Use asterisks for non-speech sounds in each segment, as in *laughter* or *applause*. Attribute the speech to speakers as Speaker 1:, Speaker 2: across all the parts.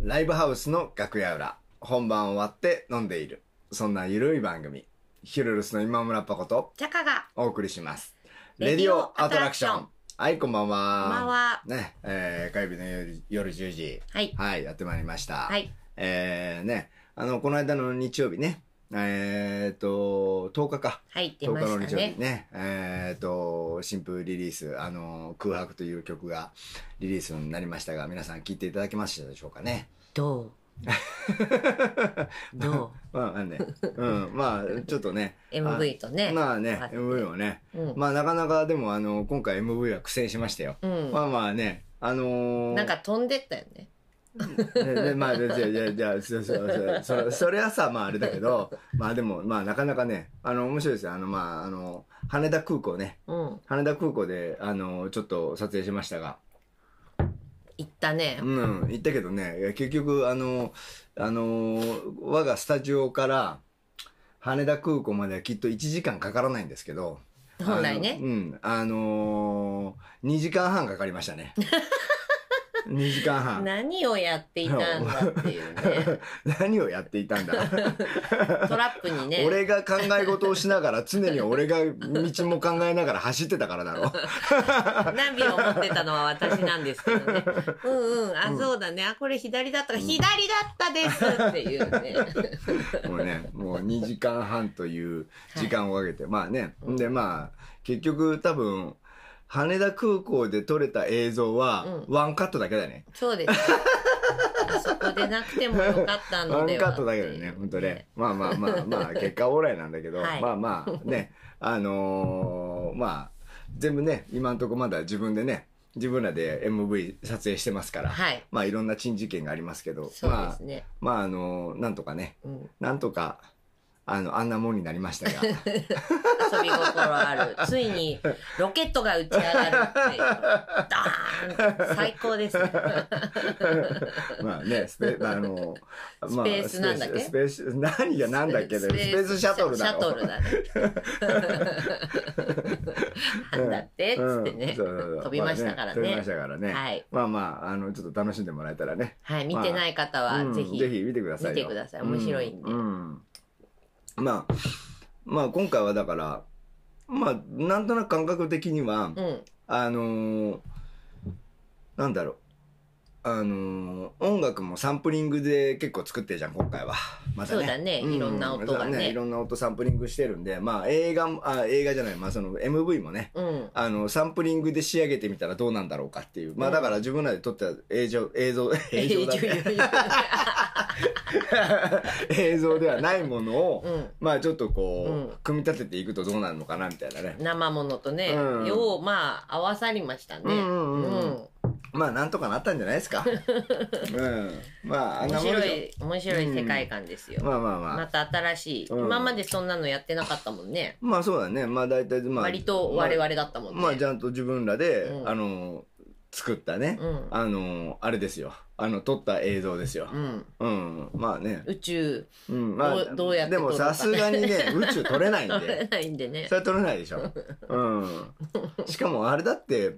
Speaker 1: ライブハウスの楽屋裏本番終わって飲んでいるそんなゆるい番組ヒルルスの今村パコと
Speaker 2: ジャカが、
Speaker 1: お送りしますレ
Speaker 2: レ
Speaker 1: デ
Speaker 2: デ
Speaker 1: ィ
Speaker 2: ィ
Speaker 1: オ
Speaker 2: オ
Speaker 1: ア
Speaker 2: ア
Speaker 1: ト
Speaker 2: ト
Speaker 1: ラ
Speaker 2: ラ
Speaker 1: ク
Speaker 2: ク
Speaker 1: シ
Speaker 2: シ
Speaker 1: ョ
Speaker 2: ョ
Speaker 1: ン
Speaker 2: ン
Speaker 1: はいこんばんは
Speaker 2: こんばんは
Speaker 1: ねえー火曜日の夜夜10時
Speaker 2: はい。
Speaker 1: はいやってまいりました
Speaker 2: はい。
Speaker 1: えー、ねあのこの間の日曜日ねえー、と10日か
Speaker 2: はい、出
Speaker 1: 10
Speaker 2: ま
Speaker 1: 日の
Speaker 2: し
Speaker 1: 日
Speaker 2: た
Speaker 1: 曜日
Speaker 2: ね
Speaker 1: ね。えー、と新風リリース「あの空白」という曲がリリースになりましたが皆さん聴いていただけましたでしょうかね
Speaker 2: どうど
Speaker 1: *laughs* まあまあね、うん、まあちょっとね
Speaker 2: う ?MV とね。
Speaker 1: まあね
Speaker 2: あって
Speaker 1: MV もね
Speaker 2: うん。
Speaker 1: まあなかなかでもあの今回 MV は苦戦しましたよ、
Speaker 2: うん
Speaker 1: まあまあねあのー、
Speaker 2: なんか飛んでったよね。
Speaker 1: ででまあじゃあじゃあじゃあそうそうそうそれそれはさまああれだけどまあでもまあなかなかねあの面白いですよあのまああの羽田空港ね
Speaker 2: うん。
Speaker 1: 羽田空港であのちょっと撮影しましたが
Speaker 2: 行ったね
Speaker 1: う。ん行ったけどねいや結局あのあの我がスタジオから羽田空港まではきっと1時間かからないんですけど
Speaker 2: 本来
Speaker 1: あ
Speaker 2: ね
Speaker 1: の。うんあの2時間半かかりました
Speaker 2: *laughs*
Speaker 1: ね2時間半
Speaker 2: 何をやっていたんだっていう
Speaker 1: *laughs*
Speaker 2: ね。
Speaker 1: 何をやっていたんだ
Speaker 2: トラップにね。
Speaker 1: 俺が考え事をしながら常に俺が道も考えながら走ってたからだろ
Speaker 2: ナビを持ってたのは私なんです
Speaker 1: *laughs*
Speaker 2: けどね。うんうん。あ、そうだね。あ、これ左だったか。左だったですっていうね。
Speaker 1: *laughs* もうねもう2時間半という時間をかけて、まあね
Speaker 2: うん
Speaker 1: でまあ結局多分羽田空港で撮れた映像は、
Speaker 2: う
Speaker 1: ワンカットだけだね
Speaker 2: そうです。あそこでなくてもよかった
Speaker 1: ワ
Speaker 2: の
Speaker 1: ン
Speaker 2: で
Speaker 1: カッ
Speaker 2: はってい
Speaker 1: ト
Speaker 2: う。
Speaker 1: だけどね、本当ね。まあまあまあま
Speaker 2: *laughs*
Speaker 1: あ、結果オーライなんだけど、
Speaker 2: はい
Speaker 1: まあまあね、
Speaker 2: *laughs*
Speaker 1: あのーまあ、全部ね、今んとこまだ自分でね、自分らで MV 撮影してますから、
Speaker 2: はい。
Speaker 1: まあいろんな珍事件がありますけど、
Speaker 2: そう
Speaker 1: ま
Speaker 2: で
Speaker 1: あ
Speaker 2: す、ね。
Speaker 1: まああのーなんとかね、
Speaker 2: うん。
Speaker 1: なんとか、あの、あんなもんになりましたが、
Speaker 2: 遊び心ある。ついに、ロケットが打ち上がるっていう。ダーン最高ですね。
Speaker 1: *laughs* まあね、スペ、あのー、まあ、
Speaker 2: スペースなんだっけ
Speaker 1: スペース、スペース何がなんだっけだよスペースシャトルだろ。
Speaker 2: シャトルだね。なんだってっつって
Speaker 1: う
Speaker 2: ね
Speaker 1: ん。そうそうそう
Speaker 2: 飛びましたか
Speaker 1: まあ
Speaker 2: らね
Speaker 1: 飛びましたからね。
Speaker 2: はい。
Speaker 1: まあまあ、あの、ちょっと楽しんでもらえたらね。
Speaker 2: はい、見てない方
Speaker 1: う
Speaker 2: は、
Speaker 1: ん
Speaker 2: ぜひ。
Speaker 1: ぜひ見てくださいよ。
Speaker 2: 見てください面白いんで
Speaker 1: ううんまあ、まあ今回はだから、まあ、なんとなく感覚的には、
Speaker 2: うん。
Speaker 1: あのーなんだろう。あのー音楽もサンプリングで結構作ってるじゃん今回はまたね
Speaker 2: そうだねいろんな音がね
Speaker 1: またいろんな音サンプリングしてるんでまあ映画もあ映画じゃないまあその MV もね
Speaker 2: うん。
Speaker 1: あの、サンプリングで仕上げてみたらどうなんだろうかっていう。まあ
Speaker 2: うん
Speaker 1: だから自分らで撮った映像、映
Speaker 2: *laughs*
Speaker 1: 像、映像だね映像ではないものを、
Speaker 2: *laughs* うん。
Speaker 1: まあちょっとこう、
Speaker 2: うん
Speaker 1: 組み立てていくとどうなるのかなみたいなね。
Speaker 2: 生ものとね、
Speaker 1: うん
Speaker 2: よう、まあ、合わさりましたね。
Speaker 1: うんうんうんうん
Speaker 2: うん
Speaker 1: まあなんとかなったんじゃないです
Speaker 2: *laughs*
Speaker 1: か。うん。まああん
Speaker 2: 面
Speaker 1: なもん
Speaker 2: 白
Speaker 1: で
Speaker 2: い、面白い世界観です
Speaker 1: しょ
Speaker 2: よ。
Speaker 1: まあまあまあ。
Speaker 2: また新しい。
Speaker 1: うん
Speaker 2: 今までそんなのやってなかったもんね。
Speaker 1: まあそうだね。まあ大体、まあ。
Speaker 2: 割と我々だったもんね。
Speaker 1: まあちゃんと自分らで、
Speaker 2: うん
Speaker 1: あの、作ったね。
Speaker 2: うん
Speaker 1: あの、あれですよ。あの、撮った映像ですよ
Speaker 2: う。ん。
Speaker 1: うん。まあね。
Speaker 2: 宇宙
Speaker 1: うん。まあ
Speaker 2: どうどうやっ
Speaker 1: で
Speaker 2: て撮ろう
Speaker 1: も
Speaker 2: か
Speaker 1: さすがにね、宇宙撮れないん
Speaker 2: 取
Speaker 1: で
Speaker 2: れ。 *laughs* ないんでね
Speaker 1: そ。れは取れないでしょ。うん。しかもあれだって、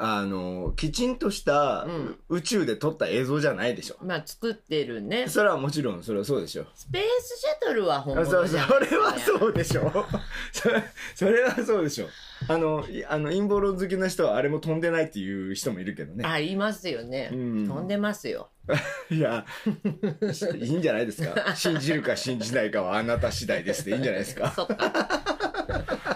Speaker 1: あの、きちんとした
Speaker 2: うん
Speaker 1: 宇宙で撮った映像じゃないでしょ。
Speaker 2: まあ作ってるね。
Speaker 1: それはもちろん、それはそうでしょ。
Speaker 2: スペースシャトルは本
Speaker 1: あそ
Speaker 2: 物
Speaker 1: うそ
Speaker 2: じ
Speaker 1: れ
Speaker 2: ゃん。
Speaker 1: はそうでしょ。 *laughs* それそれはそうでしょ。あの、いあの陰謀論好きな人はあれも飛んでないっていう人もいるけどね。
Speaker 2: あ、いますよね。
Speaker 1: うん
Speaker 2: 飛んでますよ。
Speaker 1: いや、し *laughs* いいんじゃないですか。信じるか信じないかはあなた次第ですっていいんじゃないですか。
Speaker 2: そっか。
Speaker 1: *laughs*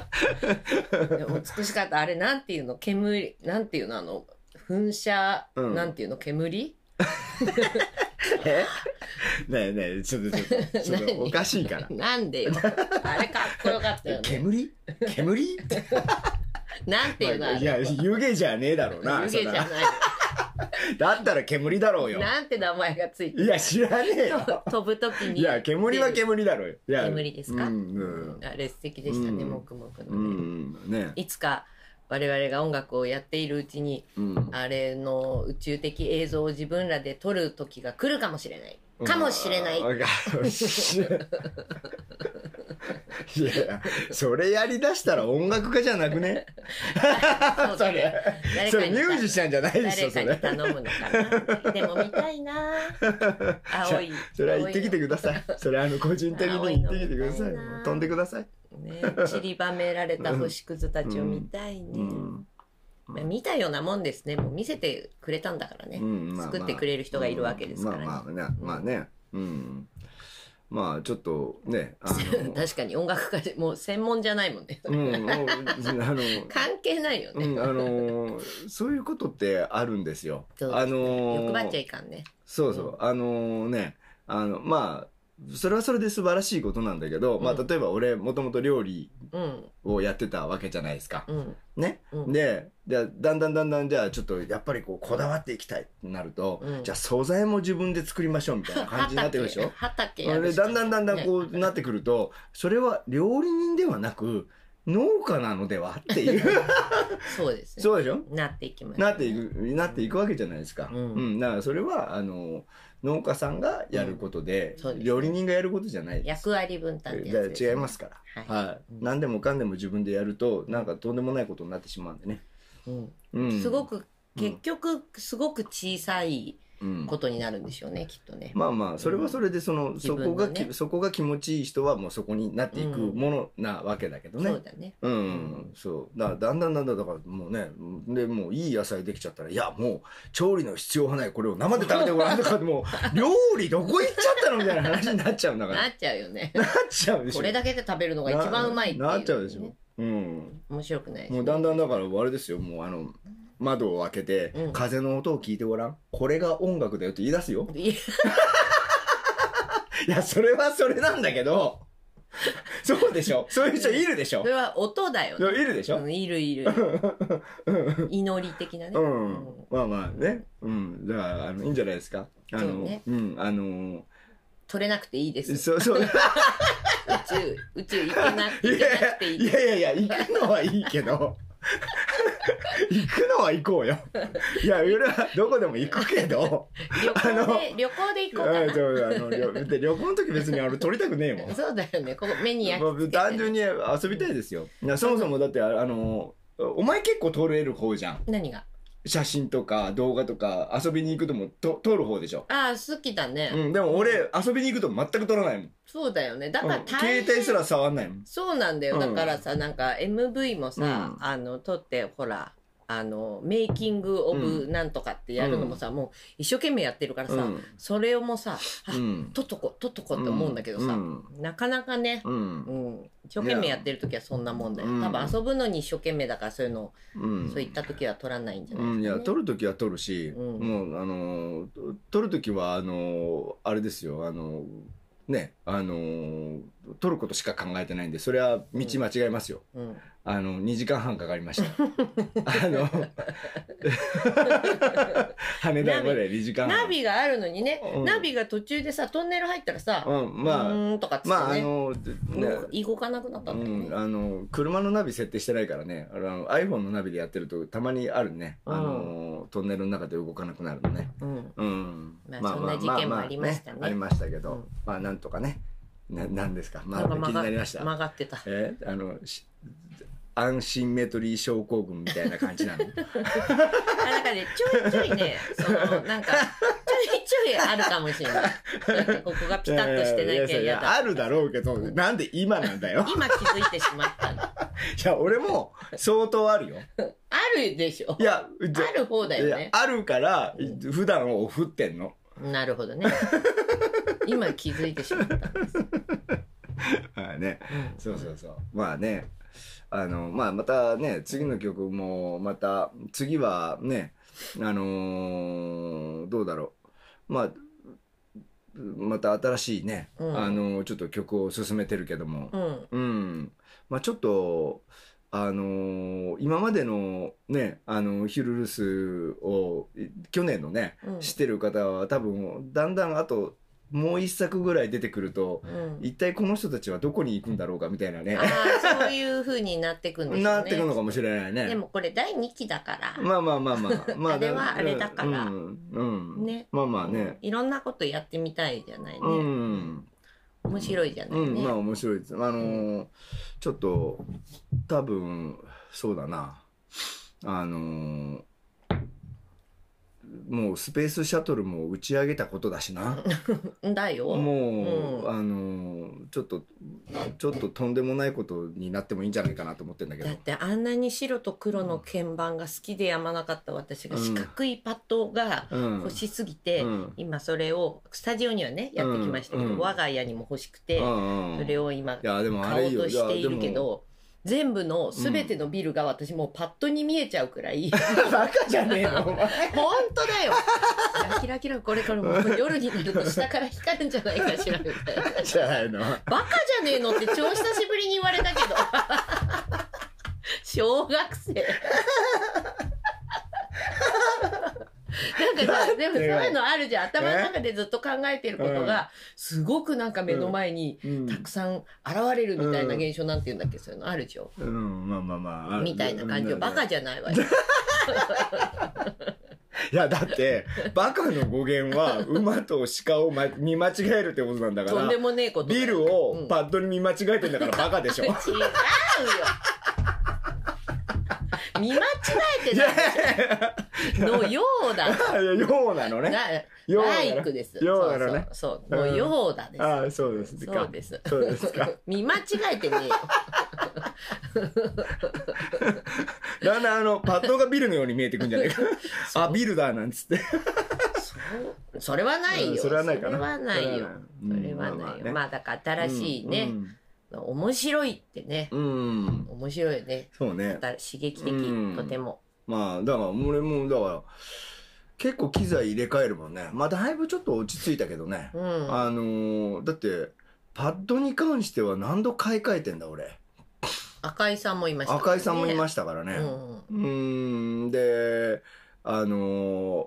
Speaker 2: でも美しかった。あれ、なんていうの煙、なんていうのあの、噴射、
Speaker 1: うん
Speaker 2: なんていうの煙
Speaker 1: えねえねえ、ちょっとちょっと、ちょっと
Speaker 2: 何
Speaker 1: おかしいから。
Speaker 2: なんでよ。あれかっこよかったよね。
Speaker 1: 煙煙って
Speaker 2: なんていうのあれ
Speaker 1: いや、湯気じゃねえだろうな。
Speaker 2: 湯気じゃない。
Speaker 1: そりゃだったら煙だろうよ。
Speaker 2: なんて名前がついて
Speaker 1: いや、知らねえよ。
Speaker 2: 飛ぶときに。
Speaker 1: いや、煙は煙だろうよ。いや
Speaker 2: 煙ですか、
Speaker 1: うん、うん
Speaker 2: あれ素敵でしたね、
Speaker 1: うん
Speaker 2: もくもくの
Speaker 1: う
Speaker 2: ね、
Speaker 1: ん、ね
Speaker 2: いつか我々が音楽をやっているうちに
Speaker 1: うん。
Speaker 2: あれの宇宙的映像を自分らで撮る時が来るかもしれないかもしれない、
Speaker 1: うんかもしれない。いや、それやりだしたら音楽家じゃなくね
Speaker 2: そうだね
Speaker 1: それミュー
Speaker 2: に
Speaker 1: ジシャンじゃないでしょ、
Speaker 2: 誰
Speaker 1: そ
Speaker 2: か
Speaker 1: れ。 *laughs*
Speaker 2: に頼むのかなでも見たいな青い。
Speaker 1: それは行ってきてください。それはあの個人的に行ってきてください。
Speaker 2: 青いの見たいな
Speaker 1: もう飛んでください。
Speaker 2: ね、散りばめられた星屑たちを見たいね。
Speaker 1: うん。
Speaker 2: まあ、見たようなもんですね。もう見せてくれたんだからね。 *laughs*
Speaker 1: うんまあまあ
Speaker 2: 作ってくれる人がいるわけですからね。
Speaker 1: まあまあね、まあね。うん。まあちょっとね、あの、
Speaker 2: *laughs* 確かに音楽家でもう専門じゃないもんね。
Speaker 1: うん、もうあの、
Speaker 2: *laughs* 関係ないよね。
Speaker 1: うん、あのーそういうことってあるんですよ。
Speaker 2: そうですね
Speaker 1: あのー
Speaker 2: 欲張っちゃいかんね。
Speaker 1: そうそう、
Speaker 2: うん
Speaker 1: あのね、あの、まあ、それはそれで素晴らしいことなんだけど、まあ、
Speaker 2: うん
Speaker 1: 例えば俺、もともと料理
Speaker 2: うん、
Speaker 1: をやってたわけじゃないですか。
Speaker 2: うん、
Speaker 1: ね。
Speaker 2: うん。
Speaker 1: で、じゃあだんだんだんだん、じゃあちょっとやっぱりこう、こだわっていきたいってなると、
Speaker 2: うん
Speaker 1: じゃあ素材も自分で作りましょうみたいな感じになってくるでしょ
Speaker 2: *laughs* 畑やる
Speaker 1: で
Speaker 2: 人
Speaker 1: だんだんだんだんこうなってくると、それは料理人ではなく、農家なのではって
Speaker 2: *laughs*
Speaker 1: いう。
Speaker 2: そうですね。
Speaker 1: そうでしょ
Speaker 2: なっていきます、
Speaker 1: なっていく、なっていくわけじゃないですか。う。
Speaker 2: うんん
Speaker 1: だからそれは、あの、農家さんがやることで
Speaker 2: うん、そうです
Speaker 1: 料理人がやることじゃない。
Speaker 2: 役割分担っ
Speaker 1: だ
Speaker 2: てや
Speaker 1: か
Speaker 2: つです、。
Speaker 1: ら違いますすから。
Speaker 2: は
Speaker 1: はい。何でもかんでも自分でやると、なんかとんでもないことになってしまうんでね。
Speaker 2: い。うん。
Speaker 1: うん。
Speaker 2: すごく、結局、すごく小さい
Speaker 1: うん
Speaker 2: ことになるんでしょうね、きっとね。
Speaker 1: まあまあ、それはそれで、その、
Speaker 2: 自
Speaker 1: そ
Speaker 2: 分の
Speaker 1: こが、
Speaker 2: ね
Speaker 1: そこが気持ちいい人はもうそこになっていくものなわけだけどね。
Speaker 2: そうだね。
Speaker 1: うん、そうだからだんだんだんだんだからもうねでもういい野菜できちゃったらいやもう調理の必要はないこれを生で食べてごらんとかで
Speaker 2: *laughs*
Speaker 1: もう料理どこ行っちゃったのみたいな話になっちゃうんだからな
Speaker 2: な
Speaker 1: っ
Speaker 2: っちゃうよね。
Speaker 1: ちゃうでしょ
Speaker 2: これだけで食べるのが一番うまいっていう、
Speaker 1: ななっちゃうでしょ。うん
Speaker 2: 面白くないですね
Speaker 1: もうだんだんだからあれですよもうあの窓を開けて、
Speaker 2: うん
Speaker 1: 風の音を聞いてごらんこれが音楽だよって言い出すよ
Speaker 2: いや
Speaker 1: いやそれはそれなんだけどそうでしょそういう人いるでしょ
Speaker 2: それは音だよ
Speaker 1: いやい
Speaker 2: ね。
Speaker 1: るでしょ、
Speaker 2: うんいるいる。祈り的なね。
Speaker 1: うん
Speaker 2: うん、
Speaker 1: まあまあね、うん、だからあのいいんじゃないですか。あの、
Speaker 2: そうね
Speaker 1: うん、あの
Speaker 2: 取れなくていいです。宇
Speaker 1: そうそう、い
Speaker 2: 宙、宇宙行けなく
Speaker 1: や
Speaker 2: 行
Speaker 1: い
Speaker 2: けなくていいです。
Speaker 1: やいやいや、行くのはいいけ
Speaker 2: *laughs*
Speaker 1: ど。行くのは行こうよ。いや、俺はどこでも行くけど。
Speaker 2: 旅
Speaker 1: あの
Speaker 2: 行で、旅行で行こう
Speaker 1: うん
Speaker 2: か
Speaker 1: そうあの旅で旅行の時別に俺撮りたくねえもん
Speaker 2: な。。そうだよね。ここ目に焼き
Speaker 1: も
Speaker 2: 付
Speaker 1: う
Speaker 2: けて
Speaker 1: 単純に遊びたいですよ。いやそもそもだって、ああのお前結構撮れる方じゃん。
Speaker 2: 何が
Speaker 1: 写真とか動画とか遊びに行くともと撮る方でしょ。
Speaker 2: ああ、好きだね。
Speaker 1: うん、でも俺遊びに行くと全く撮らないもん。
Speaker 2: そうだよね。だから
Speaker 1: うん携帯すら触んないもん。
Speaker 2: そうなんだよ。だからさ、なんか MV もさ
Speaker 1: う、ん
Speaker 2: あの、撮って、ほら、あの、メイキングオブなんとかってやるのもさ、もう一生懸命やってるから
Speaker 1: う
Speaker 2: さ、
Speaker 1: ん
Speaker 2: それをもさ、あ
Speaker 1: うん
Speaker 2: 撮っとこう、撮っとこうって思うんだけどさ、
Speaker 1: うん
Speaker 2: なかなかね、
Speaker 1: うん
Speaker 2: うん、一生懸命やってる時はそんなもんだよ。
Speaker 1: いや
Speaker 2: 多分遊ぶのに一生懸命だから、そういうの、
Speaker 1: うん
Speaker 2: そういった時は撮らないんじゃな
Speaker 1: う
Speaker 2: いですか、
Speaker 1: ん、
Speaker 2: ね
Speaker 1: いや撮るときは撮るし、
Speaker 2: うん
Speaker 1: もうあのー撮るときはあのーあれですよあのーねあのー撮ることしか考えてないんでそれは道間違えますよ、
Speaker 2: うん、
Speaker 1: あの2時間半かかりました
Speaker 2: *laughs*
Speaker 1: あの羽田まで2時間半
Speaker 2: ナビがあるのにね、
Speaker 1: うん
Speaker 2: ナビが途中でさ、トンネル入ったらさ、
Speaker 1: うん
Speaker 2: う
Speaker 1: まあ
Speaker 2: ーんとかっつってね、
Speaker 1: まああのね
Speaker 2: もう動かなくなったんだよね。
Speaker 1: うん、あの車のナビ設定してないからねあの iPhone のナビでやってるとたまにあるね、あのトンネルの中で動かなくなるのね、
Speaker 2: うん
Speaker 1: うん
Speaker 2: まあそんな事件もありましたね
Speaker 1: ありましたけど、
Speaker 2: うん
Speaker 1: まあなんとかねななんですかま
Speaker 2: な
Speaker 1: あ
Speaker 2: んか
Speaker 1: 気
Speaker 2: 曲
Speaker 1: に
Speaker 2: が
Speaker 1: なりました
Speaker 2: 曲がってた。
Speaker 1: えあのしアンシンメトリー症候群みたいな感じ
Speaker 2: *laughs*
Speaker 1: なの
Speaker 2: あなんかね、ちょいちょいね、その、なんか、ちょいちょいあるかもしれない。なんかここがピタッとしてなきゃ
Speaker 1: い
Speaker 2: 嫌
Speaker 1: や
Speaker 2: だ。
Speaker 1: あるだろうけどなんで今なんだよ
Speaker 2: 今気づいてしまったの。
Speaker 1: いや俺も相当あるよ
Speaker 2: あるでしょ
Speaker 1: いや
Speaker 2: ある方だよ
Speaker 1: いや
Speaker 2: ね。
Speaker 1: あるから普段を振ってんの
Speaker 2: なるほ
Speaker 1: *laughs*
Speaker 2: どね。今気づいてしまった。
Speaker 1: はいね
Speaker 2: うん
Speaker 1: そうそうそう。まあね。あの、まあまたね、次の曲も、また、次はね、あのーどうだろう。まあ、また新しいね、
Speaker 2: うん
Speaker 1: あのちょっと曲を進めてるけども
Speaker 2: う、ん。
Speaker 1: うん。まあちょっと、あのー今までのね、あの、ヒルルスを、い去年のね、
Speaker 2: うん
Speaker 1: 知ってる方は多分、だんだんあと、もう一作ぐらい出てくると、
Speaker 2: うん。
Speaker 1: 一体この人たちはどこに行くんだろうかみたいなね
Speaker 2: あ。あ、そういう風になってくんですね。
Speaker 1: なってくのかもしれないね。
Speaker 2: でもこれ第2期だから。
Speaker 1: まあまあまあまあ。まあ、
Speaker 2: あれはあれだから
Speaker 1: うん。うん
Speaker 2: ね
Speaker 1: まあまあね。
Speaker 2: いろんなことやってみたいじゃないね。
Speaker 1: うん。
Speaker 2: 面白いじゃな
Speaker 1: う
Speaker 2: い
Speaker 1: ん、
Speaker 2: ね。
Speaker 1: まあ面白いです。あのーちょっと、多分、そうだな。あのーもうスペースシャトルも打ち上げたことだしな。
Speaker 2: だよ。
Speaker 1: もう、
Speaker 2: うん
Speaker 1: あのーちょっとちょっととんでもないことになってもいいんじゃないかなと思ってんだけど
Speaker 2: だってあんなに白と黒の鍵盤が好きでやまなかった私が四角いパッドが
Speaker 1: うん
Speaker 2: 欲しすぎて、
Speaker 1: うん
Speaker 2: 今それをスタジオにはねやってきましたけど、
Speaker 1: うん
Speaker 2: 我が家にも欲しくて、
Speaker 1: うんうん
Speaker 2: それを今
Speaker 1: いやでもあ
Speaker 2: 買
Speaker 1: れ
Speaker 2: おう
Speaker 1: よ
Speaker 2: としているけ
Speaker 1: やでも
Speaker 2: ど全部の全てのビルが私もうパッドに見えちゃうくら *laughs* い、
Speaker 1: バカじゃ
Speaker 2: *laughs*
Speaker 1: ねえのお前
Speaker 2: 本当だよいやキラキラこれからもう夜になると下から光るんじゃないかしらみたいな。
Speaker 1: じゃないの
Speaker 2: バカじゃねえのって超久しぶりに言われたけど。小学生。なんかさ、でもそういうのあるじゃん。頭の中でずっと考えてること
Speaker 1: うん
Speaker 2: が、すごくなんか目の前に
Speaker 1: うん
Speaker 2: たくさん現れるみたいな現象なんて言うんだっけ、そういうのあるでしょ。
Speaker 1: うんまあまあまああ
Speaker 2: みたいな感じを。バカじゃないわよ。
Speaker 1: いやだってバカの語源は馬と鹿を、ま、見間違えるってことなんだか
Speaker 2: *laughs* とん
Speaker 1: ら
Speaker 2: でもねえことだよ。
Speaker 1: ビルをパッドに見間違えてんだ
Speaker 2: *laughs*
Speaker 1: からバカでしょ
Speaker 2: 違うよ。見間違えてないのようだ。
Speaker 1: いやようなのね
Speaker 2: な
Speaker 1: ような
Speaker 2: バ
Speaker 1: のね
Speaker 2: イクです。
Speaker 1: ようなのね
Speaker 2: そうそう。そうもうようだです。
Speaker 1: ああそうですか
Speaker 2: そうです。
Speaker 1: そうですか
Speaker 2: 見間違えてねえよ。
Speaker 1: だんだんあのパッドがビルのように見えてくんじゃないかあビルだなんつって
Speaker 2: そうそれはないよ。
Speaker 1: うんそれはないかな
Speaker 2: それはないよ。
Speaker 1: そ
Speaker 2: そ
Speaker 1: れ
Speaker 2: れ
Speaker 1: は
Speaker 2: は
Speaker 1: ないうんまあまあ
Speaker 2: ない
Speaker 1: ね
Speaker 2: よ。まあだから新しいね。面白いってね。
Speaker 1: うん、うんうん
Speaker 2: 面白いよね。
Speaker 1: そうね
Speaker 2: また刺激的
Speaker 1: うん。
Speaker 2: とても。
Speaker 1: まあだから俺もだから結構機材入れ替えるもんねまあだいぶちょっと落ち着いたけどね、
Speaker 2: うん。
Speaker 1: あのーだってパッドに関しては何度買い替えてんだ俺
Speaker 2: 赤井さんもいましたね。
Speaker 1: 赤井さんもいま
Speaker 2: し
Speaker 1: したからね
Speaker 2: うん。
Speaker 1: うーんであのー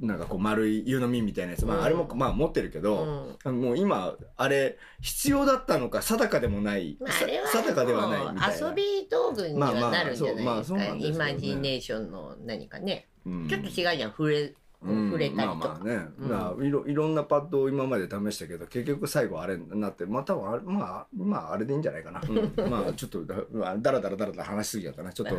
Speaker 1: なんかこう丸い湯飲みみたいなやつ、ま
Speaker 2: う
Speaker 1: あ、
Speaker 2: ん
Speaker 1: あれも、まあ持ってるけど、
Speaker 2: うん
Speaker 1: あのもう今あれ必要だったのか定かでもない、
Speaker 2: まあ、あれは
Speaker 1: さ定かではないみたいな
Speaker 2: もう遊び道具にはなるんじ
Speaker 1: ま
Speaker 2: ゃ
Speaker 1: あ
Speaker 2: ない
Speaker 1: ま
Speaker 2: で
Speaker 1: あ
Speaker 2: す
Speaker 1: そ
Speaker 2: か、
Speaker 1: うまあそうなんですけどね
Speaker 2: イマジネーションの何かね、
Speaker 1: うん
Speaker 2: ちょっと違うじゃん触れ
Speaker 1: うん
Speaker 2: 触れたりとか
Speaker 1: まあまあね、
Speaker 2: うん
Speaker 1: だからいろいろんなパッドを今まで試したけど結局最後あれになってまあ多分あれまあまああれでいいんじゃないかな、うんまあちょっとだまあだらだらだらだら話しすぎやったなちょっと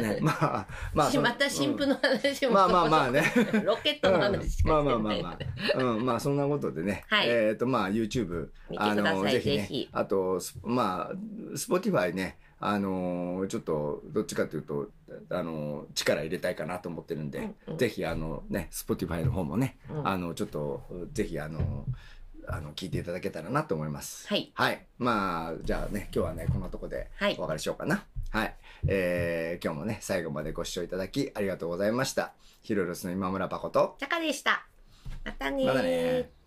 Speaker 1: ねまあまあ
Speaker 2: *laughs* しまた新婦
Speaker 1: の、
Speaker 2: の話
Speaker 1: うん
Speaker 2: も、
Speaker 1: まあまあまあね
Speaker 2: ロケットの話しかして
Speaker 1: ま
Speaker 2: ない、
Speaker 1: あまあまあまあ、うん、まあそんなことでね、
Speaker 2: はい
Speaker 1: えっ、とまあ YouTube
Speaker 2: 見てください
Speaker 1: あのぜひね
Speaker 2: ぜひ
Speaker 1: あとスまあ Spotify ねあのちょっとどっちかというとあの力入れたいかなと思ってるんで、
Speaker 2: うんうん
Speaker 1: ぜひあのね Spotify の方もね、
Speaker 2: うん
Speaker 1: あのちょっとぜひあのあの聞いていただけたらなと思います。
Speaker 2: はい
Speaker 1: まあじゃあね今日はねこんなとこで
Speaker 2: はい
Speaker 1: お別れしようかな。はい、えー今日もね最後までご視聴いただきありがとうございました。ヒロロスの今村パコと
Speaker 2: チャカでしたまたねー
Speaker 1: またねー